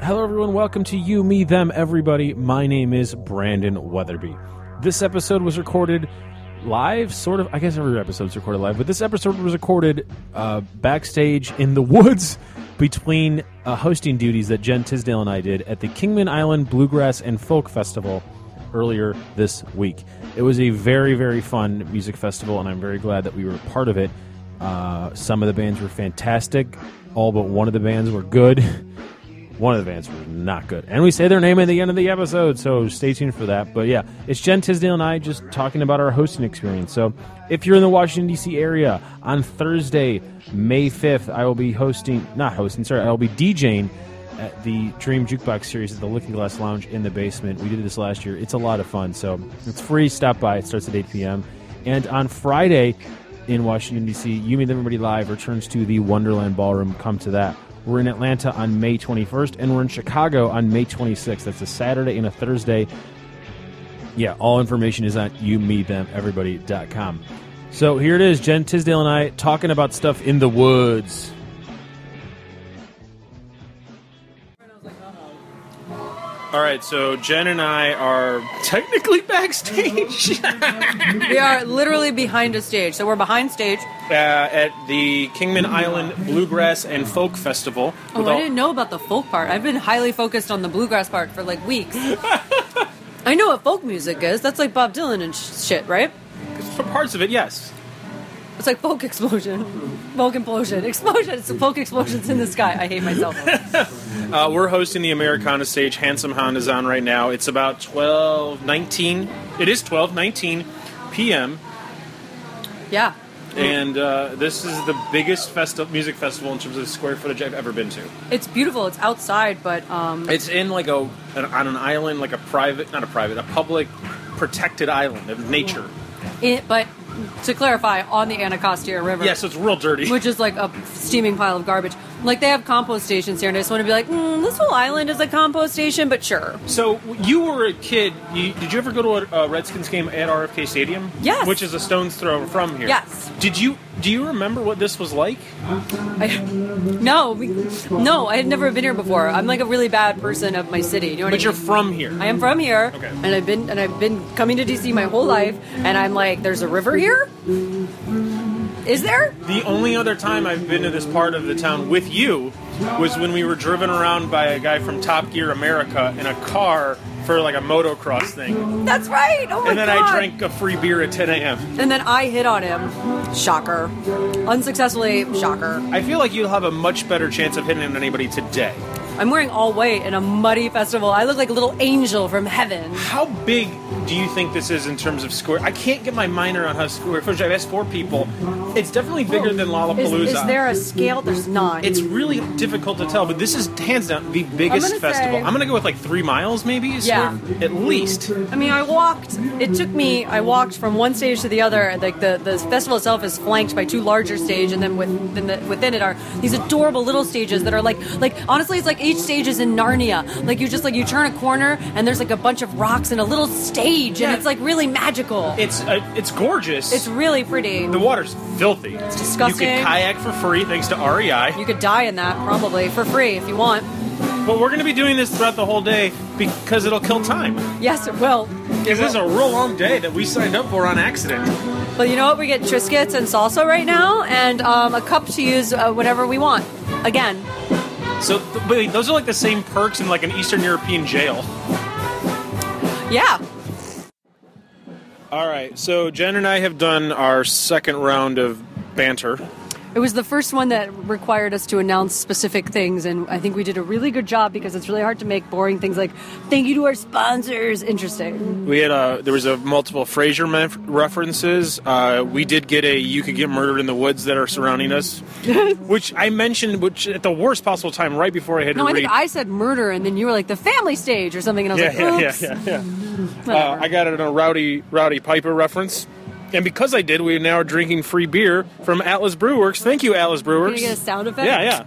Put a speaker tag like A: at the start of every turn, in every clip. A: Hello, everyone. Welcome to You, Me, Them, Everybody. My name is Brandon Weatherby. This episode was recorded live, sort of. I guess every episode's recorded live, but this episode was recorded uh, backstage in the woods between uh, hosting duties that Jen Tisdale and I did at the Kingman Island Bluegrass and Folk Festival earlier this week. It was a very, very fun music festival, and I'm very glad that we were a part of it. Uh, some of the bands were fantastic. All but one of the bands were good. One of the bands was not good. And we say their name at the end of the episode, so stay tuned for that. But yeah, it's Jen Tisdale and I just talking about our hosting experience. So if you're in the Washington, D.C. area on Thursday, May 5th, I will be hosting, not hosting, sorry, I'll be DJing at the Dream Jukebox series at the Looking Glass Lounge in the basement. We did this last year. It's a lot of fun. So it's free. Stop by. It starts at 8 p.m. And on Friday in Washington, D.C., You Meet Everybody Live returns to the Wonderland Ballroom. Come to that. We're in Atlanta on May 21st, and we're in Chicago on May 26th. That's a Saturday and a Thursday. Yeah, all information is on you, me, them, everybody.com. So here it is Jen Tisdale and I talking about stuff in the woods. All right, so Jen and I are technically backstage
B: We are literally behind a stage, so we're behind stage.
A: uh, at the Kingman Island Bluegrass and Folk Festival.
B: Oh,
A: with
B: I
A: all-
B: didn't know about the folk part. I've been highly focused on the bluegrass part for like weeks. I know what folk music is. That's like Bob Dylan and sh- shit, right?
A: for parts of it, yes.
B: It's like folk explosion, folk implosion, explosion. It's folk explosions in the sky. I hate myself.
A: Uh, we're hosting the Americana stage. Handsome Honda's on right now. It's about 12, 19. It is 12, 19 p.m.
B: yeah,
A: And uh, this is the biggest festi- music festival in terms of square footage I've ever been to.
B: it's beautiful. It's outside, but um,
A: It's in like a an, on an island, like a private, not a private, a public protected island of nature.
B: it, but to clarify, on the Anacostia River.
A: Yeah, so it's real dirty.
B: which is like a steaming pile of garbage. Like they have compost stations here, and I just want to be like, mm, this whole island is a compost station, but sure.
A: So you were a kid. You, did you ever go to a, a Redskins game at RFK Stadium?
B: Yes.
A: Which is a stone's throw from here.
B: Yes.
A: Did you do you remember what this was like?
B: I, no, we- no, I had never been here before. I'm like a really bad person of my city. You know what I
A: But you're
B: mean?
A: from here.
B: I am from here,
A: Okay.
B: and I've been and I've been coming to DC my whole life, and I'm like, there's a river here. Is there?
A: The only other time I've been to this part of the town with you was when we were driven around by a guy from Top Gear America in a car for like a motocross thing.
B: That's right. Oh my
A: And then
B: god.
A: I drank a free beer at 10 a.m.
B: And then I hit on him. Shocker. Unsuccessfully, shocker.
A: I feel like you'll have a much better chance of hitting anybody today.
B: I'm wearing all white in a muddy festival. I look like a little angel from heaven.
A: How big do you think this is in terms of square? I can't get my minor on how square footage. I've asked four people. It's definitely bigger than
B: Is,
A: Lollapalooza.
B: is there a scale? There's not.
A: it's really difficult to tell, but this is hands down the biggest
B: gonna
A: festival.
B: say-
A: I'm gonna go with like three miles, maybe. is
B: Yeah.
A: square- at least.
B: I mean, I walked. It took me. I walked from one stage to the other. and, Like the, the festival itself is flanked by two larger stages, and then within, the, within it are these adorable little stages that are like like honestly, it's like each stage is in Narnia. Like you just like you turn a corner, and there's like a bunch of rocks and a little stage,
A: Yeah.
B: and it's like really magical.
A: It's uh, it's gorgeous.
B: It's really pretty.
A: the water's filthy. It's
B: disgusting.
A: You can kayak for free thanks to E REI.
B: You could die in that probably for free if you want.
A: But we're gonna be doing this throughout the whole day because it'll kill time.
B: Yes, it will.
A: Because this is a real long day that we signed up for on accident.
B: Well, you know what? We get Triscuits and salsa right now, and um, a cup to use uh, whenever we want. Again,
A: So th- wait, those are like the same perks in like an Eastern European jail.
B: yeah.
A: All right, so Jen and I have done our second round of banter.
B: It was the first one that required us to announce specific things, and I think we did a really good job because it's really hard to make boring things like "thank you to our sponsors" interesting.
A: We had a there was a multiple Frasier mef- references. Uh, we did get a "You could get murdered in the woods" that are surrounding us, which I mentioned, which at the worst possible time, right before I had
B: No,
A: to
B: I
A: read.
B: think I said murder, and then you were like the family stage or something, and I was
A: yeah, yeah,
B: like,
A: yeah,
B: "Oops."
A: yeah, yeah. Uh,
B: Whatever.
A: I got it on a Rowdy Rowdy Piper reference, and because I did, we now are drinking free beer from Atlas Brewworks. Thank you, Atlas Brewworks.
B: Can you get a sound effect?
A: Yeah, yeah.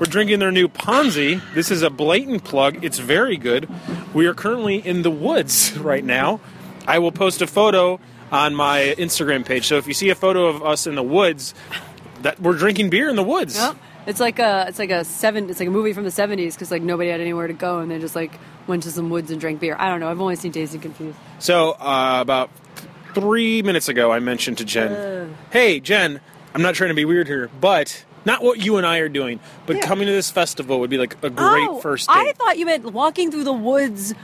A: We're drinking their new Ponzi. This is a blatant plug. It's very good. We are currently in the woods right now. I will post a photo on my Instagram page. So if you see a photo of us in the woods, that we're drinking beer in the woods.
B: Yep. It's like a it's like a seven it's like a movie from the seventies because like nobody had anywhere to go and they just like went to some woods and drank beer. I don't know. I've only seen Dazed and Confused.
A: So uh, about three minutes ago, I mentioned to Jen, "Hey, Jen, I'm not trying to be weird here, but not what you and I are doing, but
B: Yeah.
A: coming to this festival would be like a great
B: Oh,
A: first
B: I
A: date.
B: thought you meant walking through the woods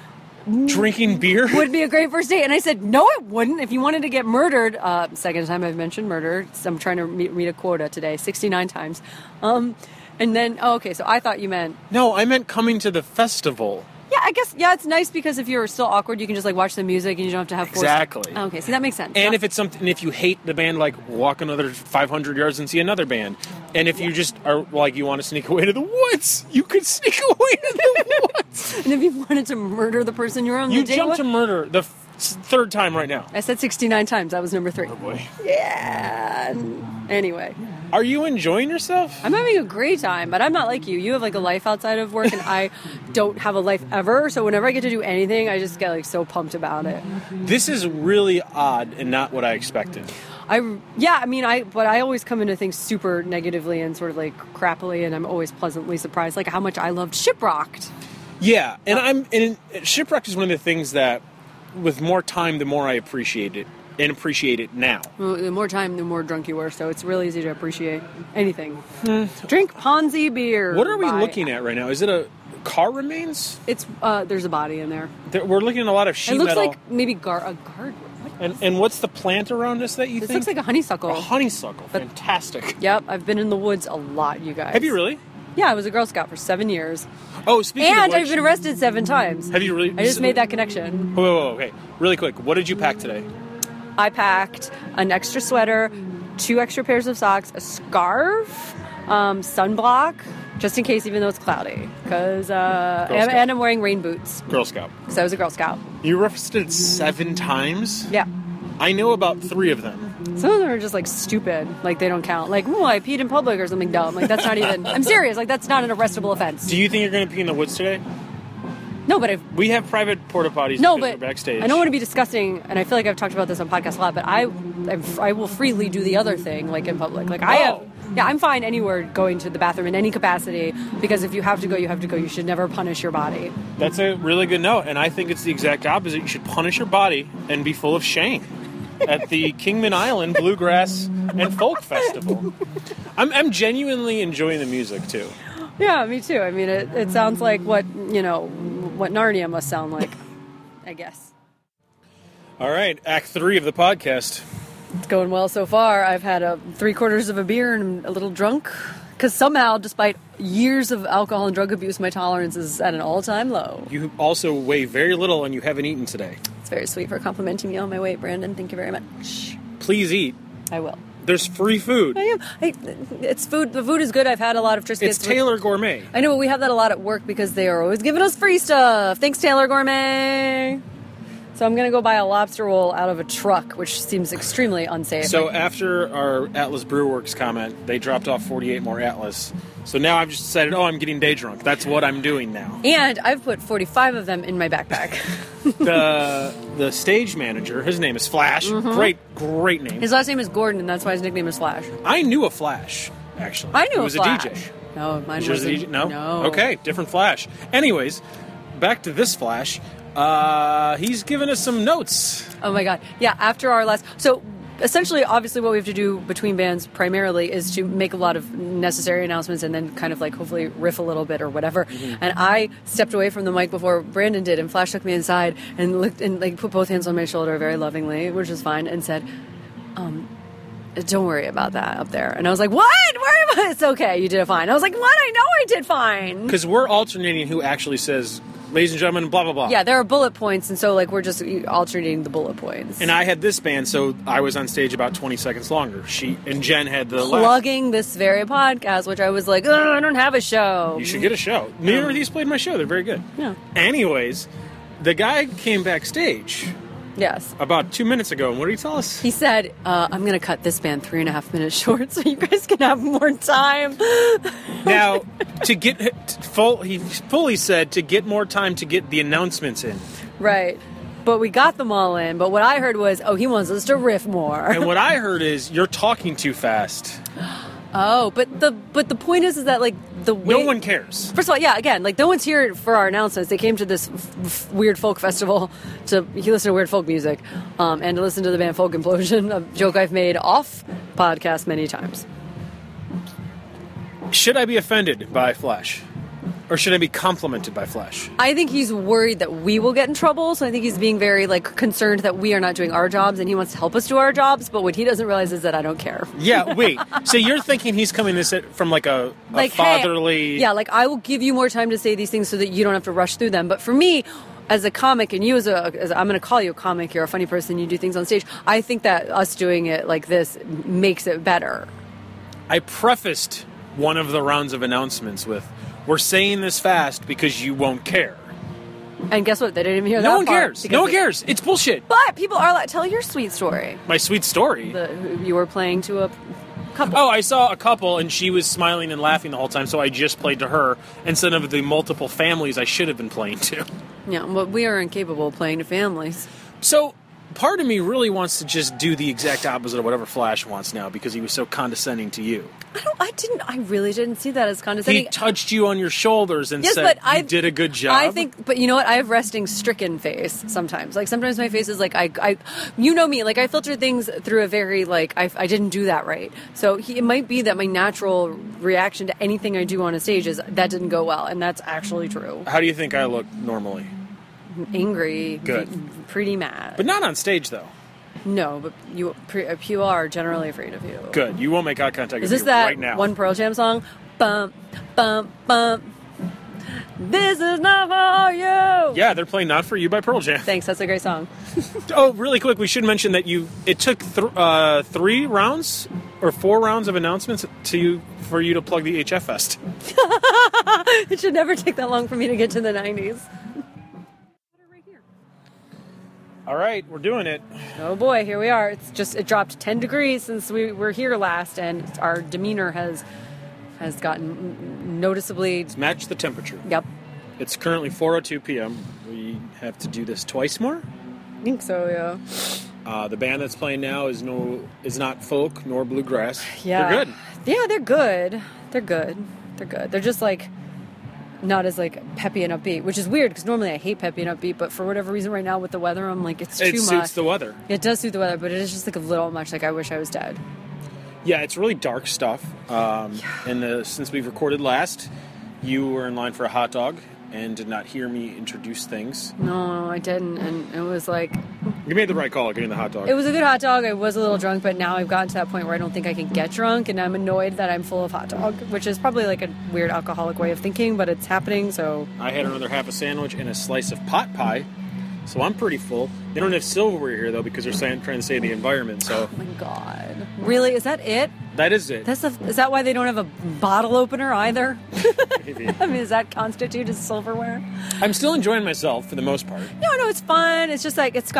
A: Drinking beer
B: would be a great first date. And I said, no, it wouldn't. If you wanted to get murdered, uh, second time I've mentioned murder. so I'm trying to meet, meet a quota today, 69 times. Um, and then, oh, okay, so I thought you meant,
A: No, I meant coming to the festival.
B: yeah, I guess, yeah, it's nice because if you're still awkward, you can just like watch the music and you don't have to have forced-
A: Exactly.
B: Okay, see, that makes sense.
A: And
B: Yeah.
A: if it's something, and if you hate the band, like walk another 500 yards and see another band. And if you just are like, you want to sneak away to the woods, you could sneak away to the woods.
B: and if you wanted to murder the person you're on
A: You
B: the date
A: jump
B: with,
A: to murder the f- third time right now.
B: I said 69 times. That was number
A: Oh,
B: three. Yeah. Anyway,
A: Are you enjoying yourself?
B: I'm having a great time, but I'm not like you. You have like a life outside of work, and I don't have a life ever. So whenever I get to do anything, I just get like so pumped about it.
A: This is really odd and not what I expected.
B: I yeah, I mean, I but I always come into things super negatively and sort of like crappily, and I'm always pleasantly surprised, like how much I loved Shiprocked.
A: Yeah, and I'm and shipwreck is one of the things that, with more time, the more I appreciate it and appreciate it now.
B: Well, The more time, the more drunk you were, so it's really easy to appreciate anything. Drink Ponzi beer.
A: What are we looking at right now? Is it a car remains?
B: It's uh, there's a body in there.
A: There, we're looking at a lot of sheet
B: It looks
A: metal.
B: like maybe gar- a garden. What?
A: and and what's the plant around us that you
B: This
A: think?
B: looks like a honeysuckle.
A: a honeysuckle. Fantastic.
B: Yep, I've been in the woods a lot, you guys.
A: Have you really?
B: Yeah, I was a Girl Scout for seven years,
A: Oh, speaking of
B: and
A: which,
B: I've been arrested seven times.
A: Have you really-
B: I just made that connection.
A: Whoa, whoa, whoa, okay. Really quick, what did you pack today?
B: I packed an extra sweater, two extra pairs of socks, a scarf, um, sunblock, just in case, even though it's cloudy, because uh,
A: Girl
B: and,
A: Scout.
B: and I'm wearing rain boots
A: Girl Scout.
B: because I was a Girl Scout.
A: You referenced it seven times.
B: Yeah.
A: I know about three of them.
B: Some of them are just like stupid, like they don't count. Like, ooh, I peed in public or something dumb. Like that's not even. I'm serious. Like that's not an arrestable offense.
A: Do you think you're going to pee in the woods today?
B: No, but I've
A: We have private porta potties.
B: No,
A: because
B: but
A: we're backstage.
B: I don't want to be disgusting, and I feel like I've talked about this on podcasts a lot. But I, I'm, I will freely do the other thing, like in public. Like I
A: Oh.
B: have, yeah, I'm fine anywhere going to the bathroom in any capacity because if you have to go, you have to go. You should never punish your body.
A: That's a really good note, and I think it's the exact opposite. You should punish your body and be full of shame at the Kingman Island Bluegrass and Folk Festival. I'm, I'm genuinely enjoying the music too.
B: Yeah, me too. I mean, it, it sounds like what you know, what Narnia must sound like. I guess
A: All right, Act Three of the podcast.
B: it's going well so far. I've had a three quarters of a beer and I'm a little drunk. Because somehow, despite years of alcohol and drug abuse, my tolerance is at an all-time low.
A: You also weigh very little, and you haven't eaten today.
B: It's very sweet for complimenting me on my weight, Brandon. Thank you very much.
A: Please eat.
B: I will.
A: There's free food.
B: I am. I, it's food. The food is good. I've had a lot of Triscuits.
A: It's Taylor Gourmet.
B: I know, but we have that a lot at work because they are always giving us free stuff. Thanks, Taylor Gourmet. So I'm gonna go buy a lobster roll out of a truck, which seems extremely unsafe.
A: So after our Atlas Brew Works comment, they dropped off 48 more Atlas. So now I've just decided, oh, I'm getting day drunk. That's what I'm doing now.
B: and I've put 45 of them in my backpack.
A: the the stage manager, his name is Flash. Great, great name.
B: Mm-hmm. his last name is Gordon, and that's why his nickname is Flash.
A: I knew a Flash, actually.
B: I knew
A: he was
B: a Flash.
A: DJ.
B: No, mine
A: She was a
B: wasn't.
A: DJ. No?
B: no.
A: Okay, different Flash. Anyways, back to this Flash. Uh, he's giving us some notes.
B: Oh my god. Yeah, after our last so essentially obviously what we have to do between bands primarily is to make a lot of necessary announcements and then kind of like hopefully riff a little bit or whatever. And I stepped away from the mic before Brandon did and Flash took me inside and looked and like put both hands on my shoulder very lovingly, which was fine, and said, "Um, don't worry about that up there. And I was like, What? Worry about it's okay, you did it fine. I was like, What? I know I did fine.
A: Because we're alternating who actually says, ladies and gentlemen, blah, blah, blah.
B: Yeah, there are bullet points and so like we're just e-, alternating the bullet points.
A: And I had this band, so I was on stage about 20 seconds longer. She and Jen had the last.
B: plugging this very podcast, which I was like, "Ugh, I don't have a show.
A: You should get a show. Neither of these played my show. They're very good.
B: Yeah.
A: Anyways, the guy came backstage
B: Yes.
A: about two minutes ago, and what did he tell us?
B: He said, uh, I'm going to cut this band three and a half minutes short so you guys can have more time.
A: Now, to get to full, he fully said to get more time to get the announcements in.
B: right. But we got them all in. But what I heard was, oh, he wants us to riff more.
A: And what I heard is you're talking too fast.
B: Oh, but the but the point is, is that like the way
A: No one cares.
B: First of all, yeah, again, like no one's here for our announcements. They came to this f- f- weird folk festival to you listen to weird folk music um, and to listen to the band Folk Implosion, a joke I've made off podcast many times.
A: Should I be offended by Flash? Or should I be complimented by Flash?
B: I think he's worried that we will get in trouble, so I think he's being very like concerned that we are not doing our jobs, and he wants to help us do our jobs. But what he doesn't realize is that I don't care.
A: Yeah, wait. so you're thinking he's coming this at- from like a, a
B: like hey,
A: fatherly.
B: yeah like i will give you more time to say these things so that you don't have to rush through them but for me as a comic and you as a as, i'm going to call you a comic you're a funny person you do things on stage i think that us doing it like this makes it better
A: I prefaced one of the rounds of announcements with, "We're saying this fast because you won't care."
B: and guess what they didn't even hear that
A: No one
B: part
A: cares.
B: because
A: No one
B: they-
A: cares. It's bullshit.
B: but people are like tell your sweet story
A: My sweet story.
B: the, who you were playing to a couple
A: Oh, I saw a couple and she was smiling and laughing the whole time, so I just played to her instead of the multiple families I should have been playing to.
B: yeah but we are incapable of playing to families
A: So, part of me really wants to just do the exact opposite of whatever Flash wants now because he was so condescending to you.
B: i don't i didn't i really didn't see that as
A: He
B: condescending
A: touched you on your shoulders and
B: Yes,
A: said,
B: but
A: "You
B: I
A: did a good job."
B: I think, but you know what? I have resting stricken face sometimes. Like sometimes my face is like I, I, you know me. Like I filter things through a very like I, I didn't do that right. So he, it might be that my natural reaction to anything I do on a stage is that didn't go well, and that's actually true.
A: How do you think I look normally?
B: I'm angry,
A: Good.
B: v- pretty mad.
A: But not on stage, though.
B: no, but you pre, you are generally afraid of you.
A: Good. You won't make eye contact
B: Is
A: with
B: this
A: me
B: that
A: right now.
B: one Pearl Jam song? Bump, bump, bump. This is not for you.
A: yeah, they're playing "Not for You" by Pearl Jam.
B: Thanks. That's a great song.
A: Oh, really quick, we should mention that you. It took th- uh, three rounds or four rounds of announcements to you for you to plug the HF Fest.
B: It should never take that long for me to get to the 90s.
A: All right, we're doing it.
B: Oh boy, here we are. It's just it dropped 10 degrees since we were here last and our demeanor has has gotten noticeably
A: Match the temperature.
B: yep.
A: It's currently 4:02 p.m. We have to do this twice more.
B: I think so, yeah.
A: Uh, the band that's playing now is no is not folk nor bluegrass.
B: Yeah.
A: they're good.
B: Yeah, they're good. They're good. They're good. They're just like not as like peppy and upbeat, which is weird because normally I hate peppy and upbeat, but for whatever reason right now with the weather, I'm like it's too
A: It suits
B: much.
A: the weather.
B: it does suit the weather, but it is just like a little much. Like I wish I was dead.
A: Yeah, it's really dark stuff. Um, And uh since we've recorded last, you were in line for a hot dog and did not hear me introduce things.
B: No, I didn't, and it was like
A: You made the right call getting the hot dog.
B: It was a good hot dog. I was a little drunk, but now I've gotten to that point where I don't think I can get drunk, and I'm annoyed that I'm full of hot dog, which is probably like a weird alcoholic way of thinking, but it's happening. So
A: I had another half a sandwich and a slice of pot pie, so I'm pretty full. They don't have silverware here though because they're saying, trying to save the environment. So
B: oh my god, really? Is that it?
A: that is it.
B: That's the, is that why they don't have a bottle opener either?
A: Maybe.
B: I mean, does that constitute as silverware?
A: I'm still enjoying myself for the most part.
B: No, no, it's fun. It's just like it's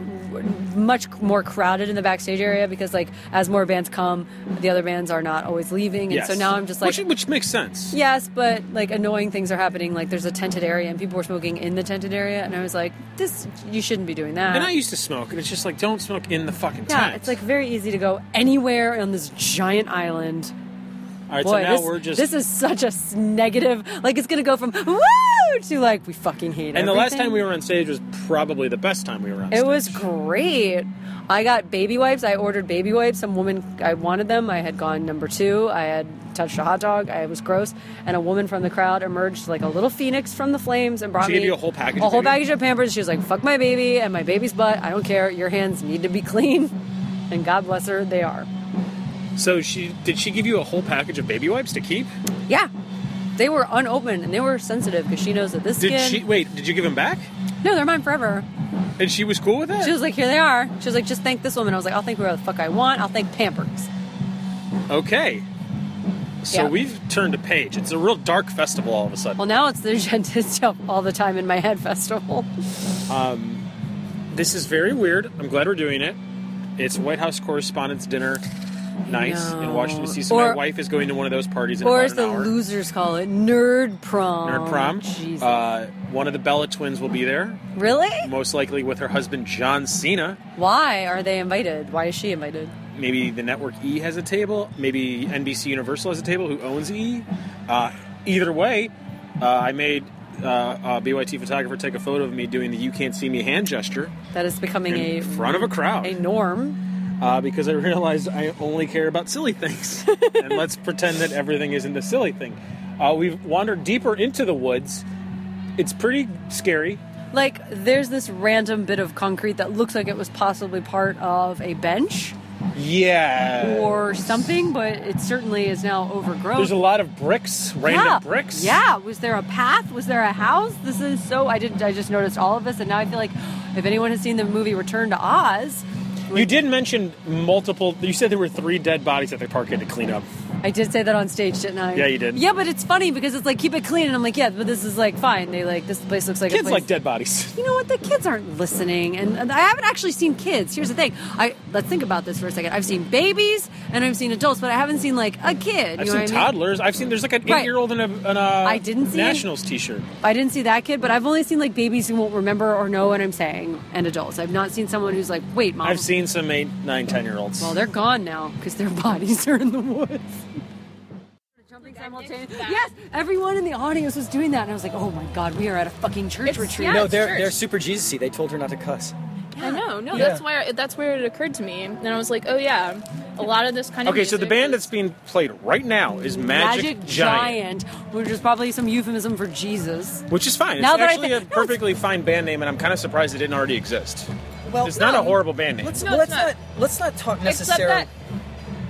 B: gotten much more crowded in the backstage area because like as more bands come, the other bands are not always leaving, and
A: Yes.
B: so now I'm just like
A: which, which makes sense.
B: Yes, but like annoying things are happening. Like there's a tented area and people were smoking in the tented area, and I was like, "This, you shouldn't be doing that."
A: And I used to smoke, and it's just like don't smoke in the fucking
B: yeah,
A: tent.
B: it's like very easy to go anywhere on this giant island.
A: all right.
B: Boy,
A: so now
B: this,
A: we're just
B: this is such a s- negative. Like it's gonna go from woo to like we fucking hate it.
A: And the last time we were on stage was probably the best time we were on stage.
B: It was great. I got baby wipes. I ordered baby wipes. Some woman, I wanted them. I had gone number two. I had touched a hot dog. I was gross. And a woman from the crowd emerged like a little phoenix from the flames and brought
A: She
B: me
A: gave you a whole package
B: a
A: of
B: whole
A: baby?
B: package of Pampers. She was like, "Fuck my baby and my baby's butt. I don't care. Your hands need to be clean." And God bless her, they are.
A: So she did she give you a whole package of baby wipes to keep?
B: Yeah, they were unopened and they were sensitive because she knows that this
A: Did
B: skin.
A: she wait? Did you give them back?
B: No, they're mine forever.
A: And she was cool with that.
B: She was like, "Here they are." She was like, "Just thank this woman." I was like, "I'll thank whoever the fuck I want. I'll thank Pampers."
A: okay. So
B: Yeah.
A: we've turned a page. It's a real dark festival all of a sudden.
B: Well, now it's the dentist job all the time in my head festival.
A: this is very weird. I'm glad we're doing it. It's White House Correspondents' Dinner, nice in
B: know.
A: Washington D.C. So
B: Or-
A: my wife is going to one of those parties in
B: Or
A: about
B: as
A: an
B: the
A: hour.
B: losers call it, nerd prom.
A: Nerd prom.
B: Jesus.
A: Uh, one of the Bella twins will be there,
B: really?
A: most likely with her husband John Cena.
B: Why are they invited? Why is she invited?
A: maybe the network E has a table, maybe NBC Universal has a table. Who owns E? Uh, either way, uh, I made uh, a BYT photographer take a photo of me doing the "You Can't See Me" hand gesture
B: That is becoming
A: in
B: a
A: front of a crowd
B: a norm.
A: uh, because I realized I only care about silly things. and let's pretend that everything isn't a silly thing. Uh, we've wandered deeper into the woods. It's pretty scary.
B: Like there's this random bit of concrete that looks like it was possibly part of a bench
A: Yeah.
B: or something, but it certainly is now overgrown.
A: There's a lot of bricks, random
B: yeah.
A: bricks.
B: Yeah. Was there a path? Was there a house? This is so. I didn't. I just noticed all of this, and now I feel like if anyone has seen the movie Return to Oz,
A: You did mention multiple. You said there were three dead bodies that the park had to clean up.
B: I did say that on stage, didn't I?
A: Yeah, you did.
B: Yeah, but it's funny because it's like keep it clean, and I'm like, yeah, but this is like fine. They like this place looks like a
A: Kids
B: place.
A: like dead bodies.
B: You know what? The kids aren't listening, and and I haven't actually seen kids. Here's the thing. I let's think about this for a second. I've seen babies and I've seen adults, but I haven't seen like a
A: I've
B: kid. You know
A: seen
B: what I mean?
A: toddlers. I've seen there's like an
B: Right.
A: eight-year-old in a, in a I
B: didn't see Oh. any-
A: Nationals T-shirt.
B: I didn't see that kid, but I've only seen like babies who won't remember or know what I'm saying, and adults. I've not seen someone who's like, wait, mom.
A: I've seen some eight, nine, ten-year-olds.
B: Well, they're gone now because their bodies are in the woods. Jumping simultaneously. Yes, everyone in the audience was doing that, and I was like, "Oh my god, we are at a fucking church
C: It's-
B: retreat."
C: yeah,
D: No,
C: it's
D: they're
C: church.
D: they're super Jesusy. They told her not to cuss.
C: I know. No, that's why that's where it occurred to me, and I was like, oh yeah, a lot of this kind of.
A: okay, so the
C: music
A: band
C: is-
A: that's being played right now is Magic, Giant.
B: Giant, which is probably some euphemism for Jesus.
A: Which is fine.
B: Now
A: it's
B: that I
A: actually
B: thi-
A: a
B: no, it's-
A: perfectly fine band name, and I'm kind of surprised it didn't already exist.
D: Well,
A: It's not a horrible band name.
D: Let's,
C: No,
D: well, let's
C: it's
D: not.
C: not.
D: Let's not talk
C: except
D: necessarily.
C: that
D: uh,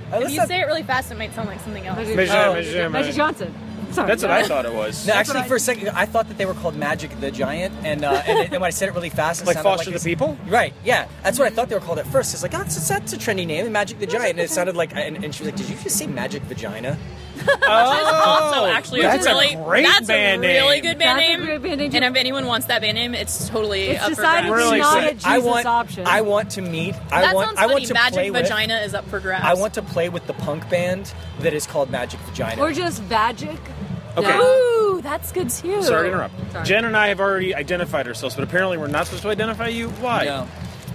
B: Oh,
C: if
D: let's
C: you
D: not-
C: say it really fast, it might sound like something else.
B: Magic,
A: Magic-
B: oh,
A: Magic-
B: Magic Johnson. Sorry.
A: That's what I thought it was.
D: no,
B: that's what
D: actually,
B: I-
D: for a second, I thought that they were called Magic the Giant, and uh, and, and when I said it really fast, it
A: Like
D: sounded
A: Foster
D: like
A: the
D: it's-
A: People?
D: Right. Yeah, that's what I thought they were called at first. It's like oh, that's, that's a trendy name, Magic the Giant, and it sounded like. And, and she was like, "Did you just say Magic Vagina?"
C: It's also actually
A: that's
C: a
A: a
C: really
A: great
C: that's
A: band
C: a really
A: name.
C: good band
B: That's a
C: name.
B: great band name.
C: And if anyone wants that band name, it's totally
B: It's
C: up
B: decided
C: for
A: We're
B: it's
C: grabs.
A: really
B: not a
A: excited.
B: Jesus
D: I want.
B: option.
D: I want to meet. I
C: that
D: want.
C: sounds
D: I
C: funny.
D: want to play
C: Magic
D: with-
C: Vagina is up for grabs.
D: I want to play with the punk band that is called Magic Vagina.
B: or just Vagic.
A: Okay.
B: Ooh, that's good too.
A: Sorry to interrupt.
B: Sorry.
A: Jen and I have already identified ourselves, but apparently we're not supposed to identify you. Why?
D: No.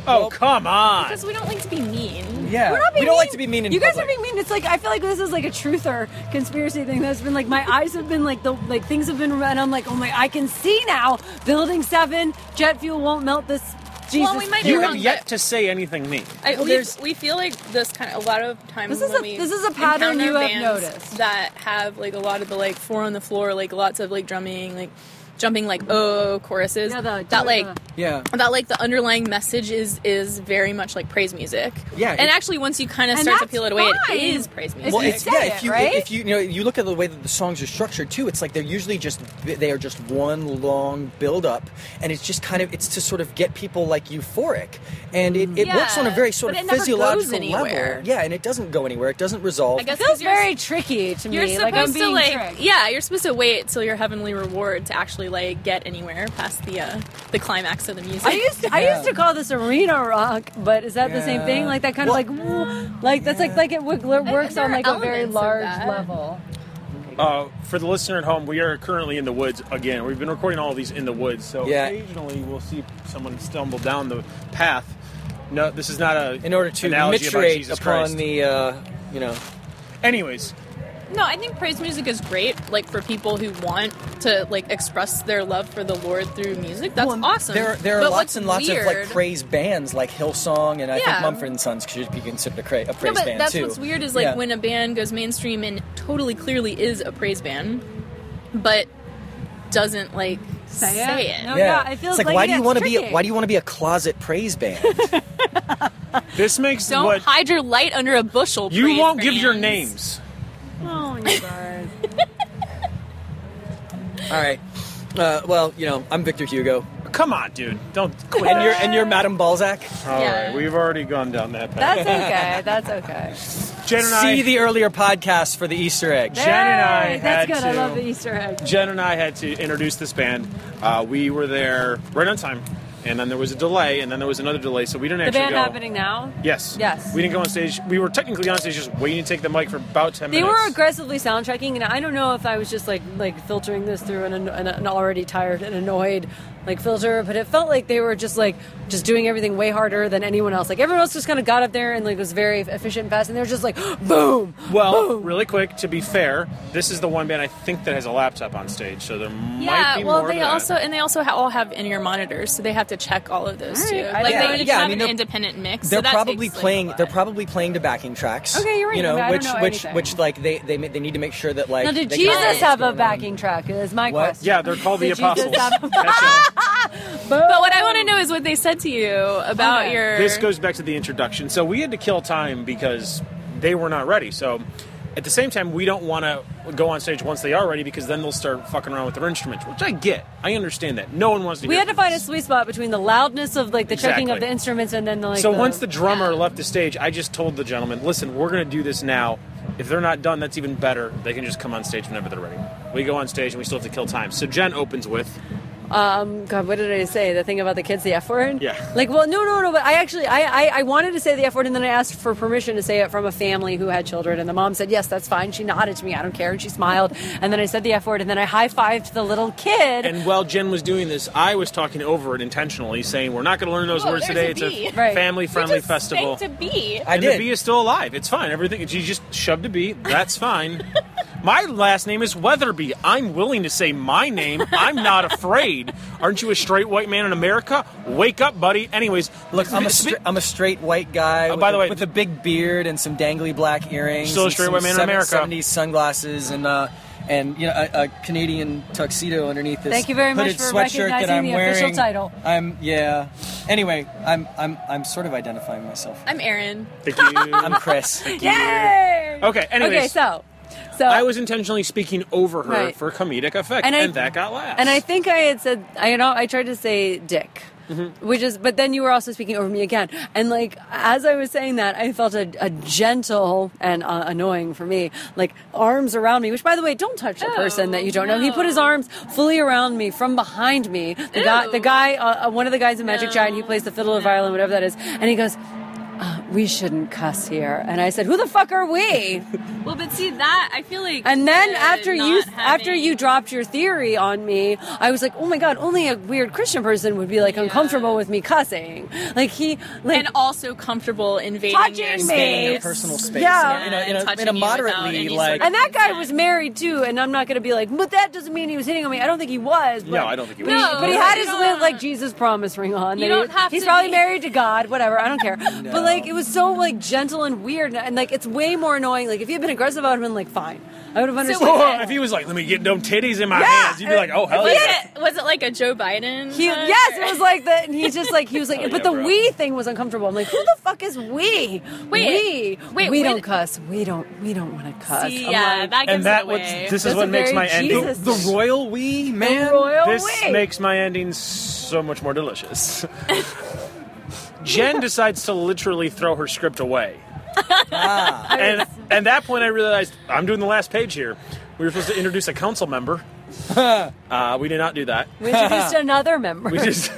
A: Oh, come on.
C: because we don't like to be mean.
D: Yeah.
B: We're not being
D: we don't like to be mean. In
B: you guys
D: public.
B: are being mean. It's like I feel like this is like a truth or conspiracy thing that's been like my eyes have been like the like things have been and I'm like oh my I can see now building seven jet fuel won't melt this Jesus.
C: we might be
A: You
C: You're
A: have
C: wrong,
A: yet
C: but-
A: to say anything mean.
C: I,
D: Well,
C: we,
D: there's-
C: we feel like this kind of a lot of times.
B: This is
C: when
B: a-
C: we
B: this is a pattern
C: encounter
B: you have
C: bands
B: noticed.
C: that have like a lot of the like four on the floor, like lots of like drumming, like jumping like oh choruses.
B: Yeah, the-
C: that like
B: yeah.
D: Yeah.
C: that like the underlying message is is very much like praise music.
D: Yeah,
C: and
D: it-
C: actually once you kind of
B: And
C: start to
B: that's
C: peel it away,
B: fine.
C: it is praise music.
B: Well,
D: Well,
B: you
D: it's,
B: said
D: yeah,
B: it,
D: if you
B: right?
D: if you you know you look at the way that the songs are structured too, it's like they're usually just they are just one long build up, and it's just kind of it's to sort of get people like euphoric, and it, it works on a very sort
C: Yeah,
D: of
C: but it never goes
D: physiological
C: anywhere.
D: level. Yeah, and it doesn't go anywhere. It doesn't resolve.
C: I guess
B: It feels
C: 'cause you're-
B: very tricky to me.
C: You're supposed
B: like I'm being
C: to like,
B: tricked.
C: yeah. You're supposed to wait till your heavenly reward to actually like get anywhere past the uh, the climax of the music.
B: I used to, I used to call this arena rock, but is that the same
D: Yeah.
B: thing? Like that kind of
D: Well-
B: like woo, like that's like like it wo- works
C: there
B: on
C: are
B: like a very
C: elements of
B: large
C: that.
B: level.
A: Uh, for the listener at home, we are currently in the woods again. We've been recording all of these in the woods, so
D: Yeah.
A: occasionally we'll see someone stumble down the path. No, this is not a
D: in order to
A: analogy about
D: miturate
A: Jesus
D: upon
A: Christ.
D: the uh, you know
A: Anyways,
C: No, I think praise music is great, like for people who want to like express their love for the Lord through music. That's
D: Well,
C: awesome.
D: There, there are
C: But
D: lots
C: what's
D: and lots of
C: weird-
D: like praise bands like Hillsong, and I
C: Yeah.
D: think Mumford and Sons should be considered a, cra- a praise
C: No, but
D: band
C: that's
D: too.
C: what's weird is like
D: Yeah.
C: when a band goes mainstream and totally clearly is a praise band, but doesn't like
B: Say
C: say,
B: it?
C: it.
B: No. Oh, yeah,
D: yeah,
B: it feels
D: it's like,
B: like
D: why do
B: that's
D: you want to be a,
B: tricky.
D: why do you want to be a closet praise band?
A: This makes
C: Don't
A: what
C: hide your light under a bushel.
A: you
C: praise
A: won't give your
C: bands.
A: names.
B: Oh my god.
D: All right, uh, well you know I'm Victor Hugo,
A: Come on, dude, don't quit.
D: and you're and you're Madame Balzac.
A: All
C: Yeah.
A: right, we've already gone down that path.
B: That's okay. That's okay.
A: Jen and I,
D: See the earlier podcast for the Easter egg.
A: Jen and I
B: Yay,
A: had
B: That's good. I
A: to-
B: love the Easter egg.
A: Jen and I had to introduce this band. Uh, we were there right on time, and then there was a delay, and then there was another delay, so we didn't
B: The
A: actually
B: band
A: go.
B: happening now.
A: Yes.
B: Yes.
A: We didn't go on stage. We were technically on stage, just waiting to take the mic for about ten
B: They
A: minutes.
B: were aggressively soundtracking, and I don't know if I was just like like filtering this through an, an, an already tired and annoyed like filter, but it felt like they were just like just doing everything way harder than anyone else. Like everyone else just kind of got up there and like was very e-, efficient and fast, and they were just like boom.
A: Well,
B: boom.
A: really quick, to be fair, this is the one band I think that has a laptop on stage, so there might
C: Yeah,
A: be
C: well,
A: more
C: they
A: of that.
C: also and they also ha- all have in-ear monitors, so they have to check all of those
B: All
C: too.
B: right, I
C: Like
B: didn't-
C: they each
D: Yeah, I
C: have
D: mean,
C: an
D: they're-
C: independent mix. so
D: They're
C: that
D: probably
C: takes, like, a
D: playing.
C: lot.
D: they're probably playing to backing tracks.
B: Okay, you're right,
D: You know,
B: I don't
D: which
B: know
D: which
B: anything.
D: which like they, they ma- they need to make sure that like.
B: Now, did
D: they
B: Jesus
D: got what's
B: have a
D: going on.
B: backing track? Is my
D: What?
B: question.
A: yeah, they're called the
B: Did you just
A: Apostles.
B: have-
A: That's it.
C: But what I want to know is what they said to you about
B: Okay.
C: your.
A: This goes back to the introduction. So we had to kill time because they were not ready. So at the same time, we don't want to go on stage once they are ready because then they'll start fucking around with their instruments, which I get. I understand that. No one wants to.
B: We
A: hear
B: had
A: this.
B: to find a sweet spot between the loudness of like the checking of
A: Exactly.
B: the instruments and then the like.
A: so once the drummer left the stage, I just told the gentleman, "Listen, we're going to do this now. If they're not done, that's even better. They can just come on stage whenever they're ready." We go on stage and we still have to kill time. So Jen opens with,
B: um God, what did I say? The thing about the kids, the F word.
A: Yeah.
B: Like, well, no, no, no. But I actually, I, I, I wanted to say the F word, and then I asked for permission to say it from a family who had children, and the mom said yes, that's fine. She nodded to me, I don't care, and she smiled, and then I said the F word, and then I high fived the little kid.
A: and while Jen was doing this, I was talking over it intentionally, saying, "We're not going to learn those
C: Whoa,
A: words
C: there's
A: today.
C: a
A: it's
C: bee.
A: a
B: Right.
A: family-friendly
C: You just
A: festival."
C: spanked a bee.
D: I
A: and
D: did.
A: the bee is still alive. It's fine. Everything. You just shoved a bee. That's fine. my last name is Weatherby. I'm willing to say my name. I'm not afraid. Aren't you a straight white man in America? Wake up, buddy. Anyways,
D: Look, I'm a
A: sp-
D: stra- I'm a straight white guy. with
A: Uh, by the
D: a,
A: way-
D: with a big beard and some dangly black earrings.
A: Still a
D: and
A: straight
D: some
A: white man in America.
D: Seventies sunglasses and uh, and you know a, a Canadian tuxedo underneath this.
B: Thank you very much
D: hooded
B: for
D: sweatshirt that
B: recognizing
D: I'm
B: the
D: wearing.
B: official title.
D: I'm yeah. Anyway, I'm I'm I'm sort of identifying myself.
C: I'm Aaron.
A: Thank you.
D: I'm Chris.
B: Yay!
A: Okay, anyways.
B: Okay, so, so
A: I was intentionally speaking over her
B: Right.
A: for comedic effect, and,
B: And I-
A: that got laughs.
B: And I think I had said, I you know, I tried to say dick, which is, but then you were also speaking over me again. And like, as I was saying that, I felt a, a gentle and uh, annoying for me, like arms around me, which by the way, don't touch a person that you don't know. He put his arms fully around me from behind me. The guy, the
C: Ew.
B: guy, uh, uh, one of the guys in Magic Giant, he plays the fiddle or violin, whatever that is. And he goes, uh, we shouldn't cuss here. And I said, who the fuck are we?
C: Well, but see that I feel like.
B: And then
C: the
B: after
C: not
B: you after
C: having-
B: you dropped your theory on me, I was like, "Oh my god, only a weird Christian person would be like uncomfortable with me cussing." Like he like
C: and also comfortable invading
B: Touching
C: your
B: me.
D: Staying in your
C: space.
D: personal space.
B: Yeah.
D: In a, in a, in a,
C: Touching
D: in a
C: you without
D: moderately
C: any sort
D: like
C: of-
B: and that guy was married too, and I'm not going to be like, "But that doesn't mean he was hitting on me." I don't think he was. But,
A: no, I don't think you.
C: No,
A: would.
B: But he had his
C: You
B: lit
C: don't-
B: like Jesus promise ring on.
C: You
B: that he-
C: don't have
B: he's
C: to
B: probably
C: be-
B: married to God, whatever. I don't care. But like it was so like gentle and weird, and, and like it's way more annoying. Like if he had been aggressive, I would have been like, "Fine," I would have understood.
A: Oh, if he was like, "Let me get them titties in my
B: Yeah,
A: hands," you'd be like, "Oh hell
C: Was
A: yeah!"
C: it, was it like a Joe Biden?
B: He,
C: hug,
B: yes,
C: or-
B: it was like that. And he's just like, he was like,
A: Oh,
B: but
A: yeah,
B: the
A: bro.
B: we thing was uncomfortable. I'm like, who the fuck is we?
C: Wait,
B: we.
C: wait,
B: we
C: wait.
B: don't cuss. We don't, we don't want to cuss.
C: See,
B: I'm
C: yeah,
B: like,
C: that gives
A: And that
C: it
A: was
C: away.
A: this is
B: That's a
A: what makes
B: very
A: my ending.
B: Jesus-
D: the royal we man.
B: royal
A: this
B: we.
A: makes my ending so much more delicious. Jen decides to literally throw her script away. and at that point, I realized I'm doing the last page here. We were supposed to introduce a council member. Uh, we did not do that.
B: we introduced another member.
A: We just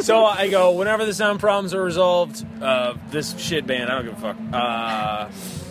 A: so I go whenever the sound problems are resolved. Uh, this shit band, I don't give a fuck. Uh,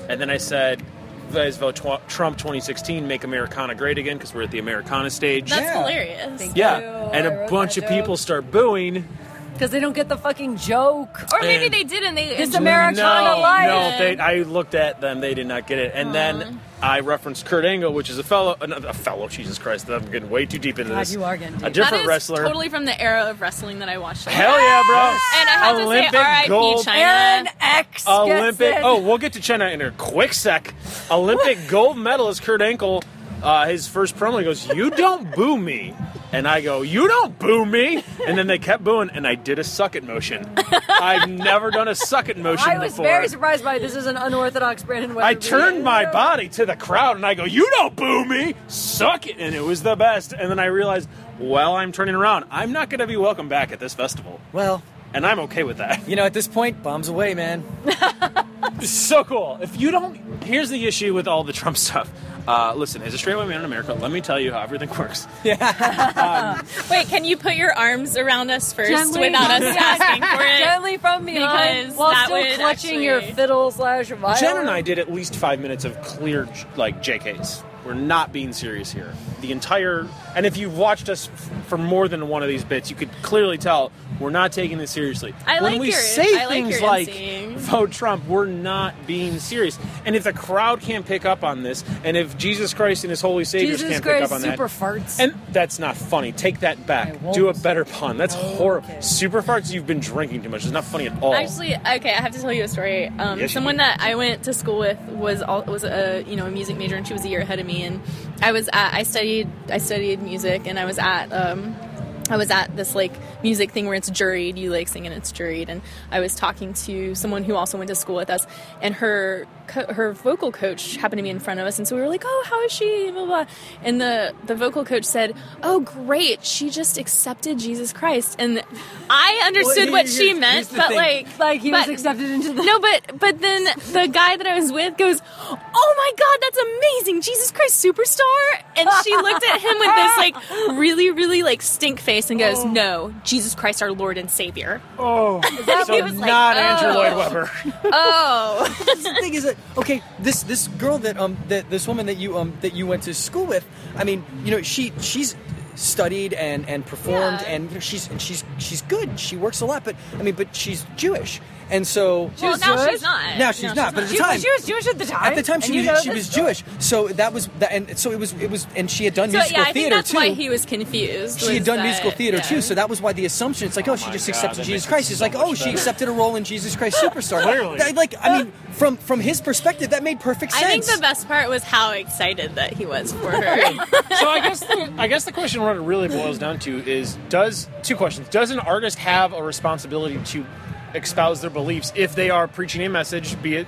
A: and then I said, "You guys vote tw- Trump 2016, make Americana great again," because we're at the Americana stage.
C: That's
D: Yeah.
C: hilarious.
A: yeah,
B: you.
A: and
B: I
A: a
B: wrote
A: bunch
B: that
A: of people
B: joke.
A: start booing.
B: Because they don't get the fucking joke.
C: Or maybe
A: And-
C: they did, and they
B: This Americana
A: no,
B: life.
A: No, they, I looked at them. They did not get it. And then I referenced Kurt Angle, which is a fellow, another, a fellow. Jesus Christ, I'm getting way too deep into
B: God,
A: this.
B: you are getting
A: a
B: deep.
C: That
A: different
C: is
A: wrestler.
C: totally from the era of wrestling that I watched.
A: Hell yeah, bro!
C: And I have
A: Olympic
C: to say, R.I.P.
A: gold,
C: China.
B: Aaron X. gets
A: Olympic.
B: it.
A: Oh, we'll get to China in a quick sec. Olympic gold medalist Kurt Angle. Uh, his first promo he goes, "You don't boo me," and I go, "You don't boo me," and then they kept booing, and I did a suck it motion. I've never done a suck it motion
B: I was
A: before.
B: very surprised by it. this. Is an unorthodox Brandon Weatherby.
A: I turned my body to the crowd and I go, "You don't boo me, suck it!" And it was the best. And then I realized, while I'm turning around, I'm not going to be welcome back at this festival,
D: Well,
A: and I'm okay with that.
D: you know, at this point, bombs away, man.
A: so cool. If you don't, here's the issue with all the Trump stuff. Uh, listen, as a straight white man in America, let me tell you how everything works.
C: Wait, can you put your arms around us first
B: Gently.
C: without us
B: Yeah.
C: asking for it?
B: Gently from behind
C: Because
B: while
C: that
B: still
C: would
B: clutching your
C: actually-
B: fiddle slash violin.
A: Jen and I did at least five minutes of clear, like JKs. We're not being serious here. the entire. And if you've watched us f- for more than one of these bits, you could clearly tell we're not taking this seriously.
C: I
A: when
C: like
A: we
C: your-
A: say
C: I like
A: things
C: your
A: like
C: emceeing.
A: "vote Trump," we're not being serious. And if the crowd can't pick up on this, and if Jesus Christ and His holy saviors
B: Jesus
A: can't pick
B: Christ
A: up on
B: super
A: that,
B: farts.
A: and that's not funny. Take that
B: I
A: back.
B: won't.
A: Do a better pun. That's
B: Oh,
A: horrible.
B: okay.
A: Super farts. You've been drinking too much. It's not funny at all.
C: Actually, okay, I have to tell you a story. Um,
A: Yes, you
C: someone
A: do.
C: that I went to school with was all, was a you know a music major, and she was a year ahead of me. And I was at, I studied I studied music, and I was at um, I was at this like music thing where it's juried. You like sing and it's juried. And I was talking to someone who also went to school with us, and her co- her vocal coach happened to be in front of us, and so we were like, "Oh, how is she?" Blah blah. And the the vocal coach said, "Oh, great, she just accepted Jesus Christ." And I understood
D: Well,
C: what
D: here's-
C: she
D: here's
C: meant,
D: the
C: but
D: thing.
C: like
B: like he was
C: but-
B: accepted into the
C: no, but but then the guy that I was with goes, "Oh my God, that's amazing! Jesus Christ, superstar!" And she looked at him with this like really, really like stink face and goes, "No, Jesus Christ, our Lord and Savior."
A: oh, so
C: he was like,
A: not Andrew
C: oh.
A: Lloyd Webber.
C: Oh,
D: the thing is that okay, this this girl that um that this woman that you um that you went to school with, I mean, you know, she she's studied and and performed
C: Yeah.
D: and she's and she's she's good. She works a lot, but I mean, but she's Jewish, and so
C: well,
B: was
C: now
B: Jewish?
C: she's not.
D: now she's
C: No,
D: not. But at the
B: she,
D: time,
B: she was Jewish at the time.
D: at the time she
B: and you
D: was,
B: know
D: she
B: this.
D: was Jewish, so that was that, and so it was it was, and she had done
C: So
D: musical
C: yeah, I think
D: theater
C: that's
D: too.
C: why he was confused.
D: she had
C: was
D: done
C: that-
D: musical theater
C: yeah.
D: too, so that was why the assumption. It's like, oh, she
A: my
D: just
A: God,
D: accepted
A: that
D: Jesus
A: makes
D: Christ.
A: it
D: It's
A: so
D: like,
A: much
D: oh, she
A: better.
D: accepted a role in Jesus Christ Superstar.
A: Clearly.
D: That- like, I mean, from from his perspective, that made perfect
C: I
D: sense.
C: think the best part was how excited that he was for her.
A: so I guess the, I guess the question what it really boils down to is does two questions does an artist have a responsibility to espouse their beliefs if they are preaching a message be it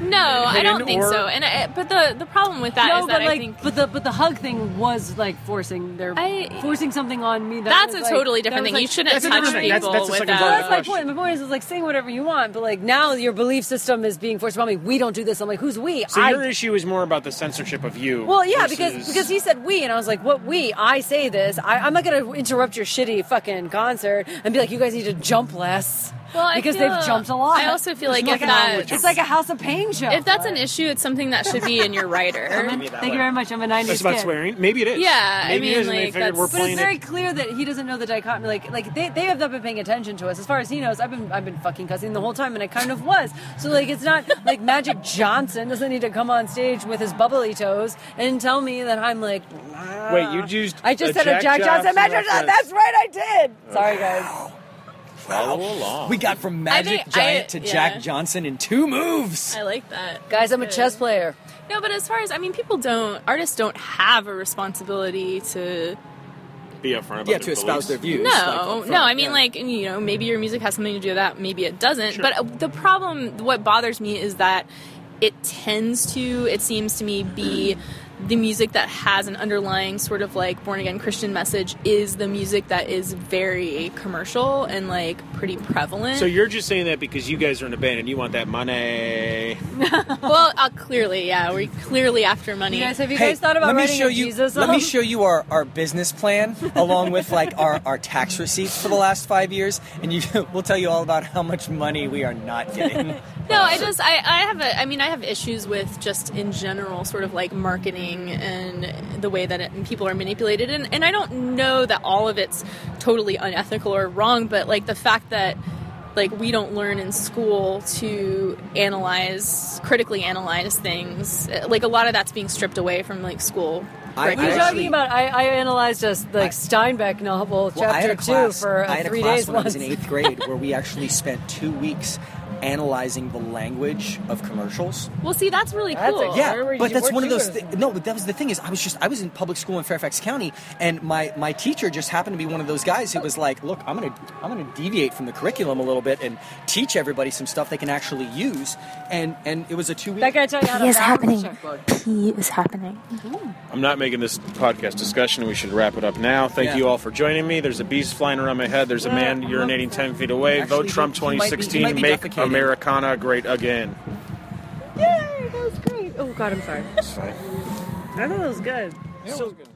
C: no, I don't
A: Hidden
C: think
A: or-
C: so. And I, but the the problem with that is
B: no,
C: that
B: but
C: I
B: like,
C: think
B: but the but the hug thing was like forcing their
C: I-
B: forcing something on me. That
C: that's
B: was,
C: a
B: like-
C: totally
B: that
C: different
B: was,
C: thing.
B: like-
C: you shouldn't
A: That's a
C: touch
A: different thing.
C: people
A: That's- that's the second
C: without.
A: part of
B: That's
A: the
B: my
A: question.
B: point. My point is, is like sing whatever you want, but like now your belief system is being forced upon me. We don't do this. I'm like, who's we?
A: so
B: I.
A: your issue is more about the censorship of you
B: well, yeah, because
A: versus-
B: because he said we, and I was like, what we? I say this. I, I'm not gonna interrupt your shitty fucking concert and be like, you guys need to jump less.
C: Well, I
B: because
C: feel-
B: they've jumped a lot.
C: I also feel
A: There's
C: like if
A: nothing wrong
C: that
A: with
B: it's like a House of Pain show.
C: if that's an issue, it's something that should be in your writer.
A: that
B: Thank you
A: way.
B: very much. I'm a 90s
A: that's about
B: kid.
A: swearing maybe it is
C: Yeah, I
A: maybe it
C: mean,
A: is and they
C: like,
A: figured we're
C: that's-
B: But
A: playing
B: it's very
A: it
B: clear that he doesn't know the dichotomy. Like, like they, they have not been paying attention to us. As far as he knows, I've been I've been fucking cussing the whole time, and I kind of was. So like, it's not like Magic Johnson doesn't need to come on stage with his bubbly toes and tell me that I'm like. "Nah."
A: Wait, you used
B: I just
A: a
B: said
A: Jack
B: a Jack Johnson.
A: Johnson
B: Magic
A: reference.
B: Johnson. That's right, I did. Sorry, guys.
A: follow along
D: We got from
C: I
D: Magic
C: think I-
D: Giant to
C: yeah.
D: Jack Johnson in two moves.
C: I like that,
B: Guys, I'm a
C: Good.
B: chess player.
C: No, but as far as I mean, people don't. Artists don't have a responsibility to.
A: be upfront about
D: Yeah,
A: their
D: to
A: beliefs.
D: espouse their views.
C: No,
D: like, up front,
C: Oh, no. I mean,
D: yeah.
C: like you know, maybe your music has something to do with that. Maybe it doesn't.
A: Sure.
C: But uh, the problem, what bothers me, is that it tends to. It seems to me be. The music that has an underlying sort of like born again Christian message is the music that is very commercial and like pretty prevalent.
A: so you're just saying that because you guys are in a band and you want that money
C: well, uh, clearly, yeah, we're clearly after money.
B: You guys, have you
D: Hey,
B: guys thought about
D: let me
B: writing
D: show
B: a
D: you,
B: Jesus
D: Let me
B: song?
D: show you our, our business plan along with like our, our tax receipts for the last five years, and you we'll tell you all about how much money we are not getting.
C: No, I just I, I have a I mean I have issues with just in general sort of like marketing and the way that it, people are manipulated and and I don't know that all of it's totally unethical or wrong, but like the fact that like we don't learn in school to analyze critically analyze things uh, like a lot of that's being stripped away from like school.
D: I-
B: You're
C: curricula.
D: I actually-
B: talking about I, I analyzed a like Steinbeck novel chapter
D: Well, I had a class,
B: two for uh,
D: I had a
B: three
D: class
B: days
D: when I was
B: once.
D: in eighth grade where we actually spent two weeks analyzing the language of commercials.
C: well, see, that's really
B: That's
C: cool.
B: a-
D: Yeah,
B: Where Oh, were
D: but
B: you-
D: that's
B: where'd
D: one of
B: you
D: those.
B: go to
D: Th- no, but that was the thing is, I was just I was in public school in Fairfax County, and my my teacher just happened to be one of those guys who was like, "Look, I'm gonna I'm gonna deviate from the curriculum a little bit and teach everybody some stuff they can actually use." And and it was a two week.
B: That guy tell you how to
E: is
B: balance
E: happening.
B: a checkbook.
E: He is happening.
A: I'm not making this podcast discussion. We should wrap it up now. Thank
D: Yeah. Uh,
A: you all for joining me. There's a beast flying around my head. There's a man urinating 10 feet away.
D: Actually,
A: Vote Trump
D: he might be- he
A: 2016.
D: might be
A: Make
D: defecating.
A: Americana great again.
B: Yay, that was great. Oh God, I'm sorry. I thought that was good.
A: So-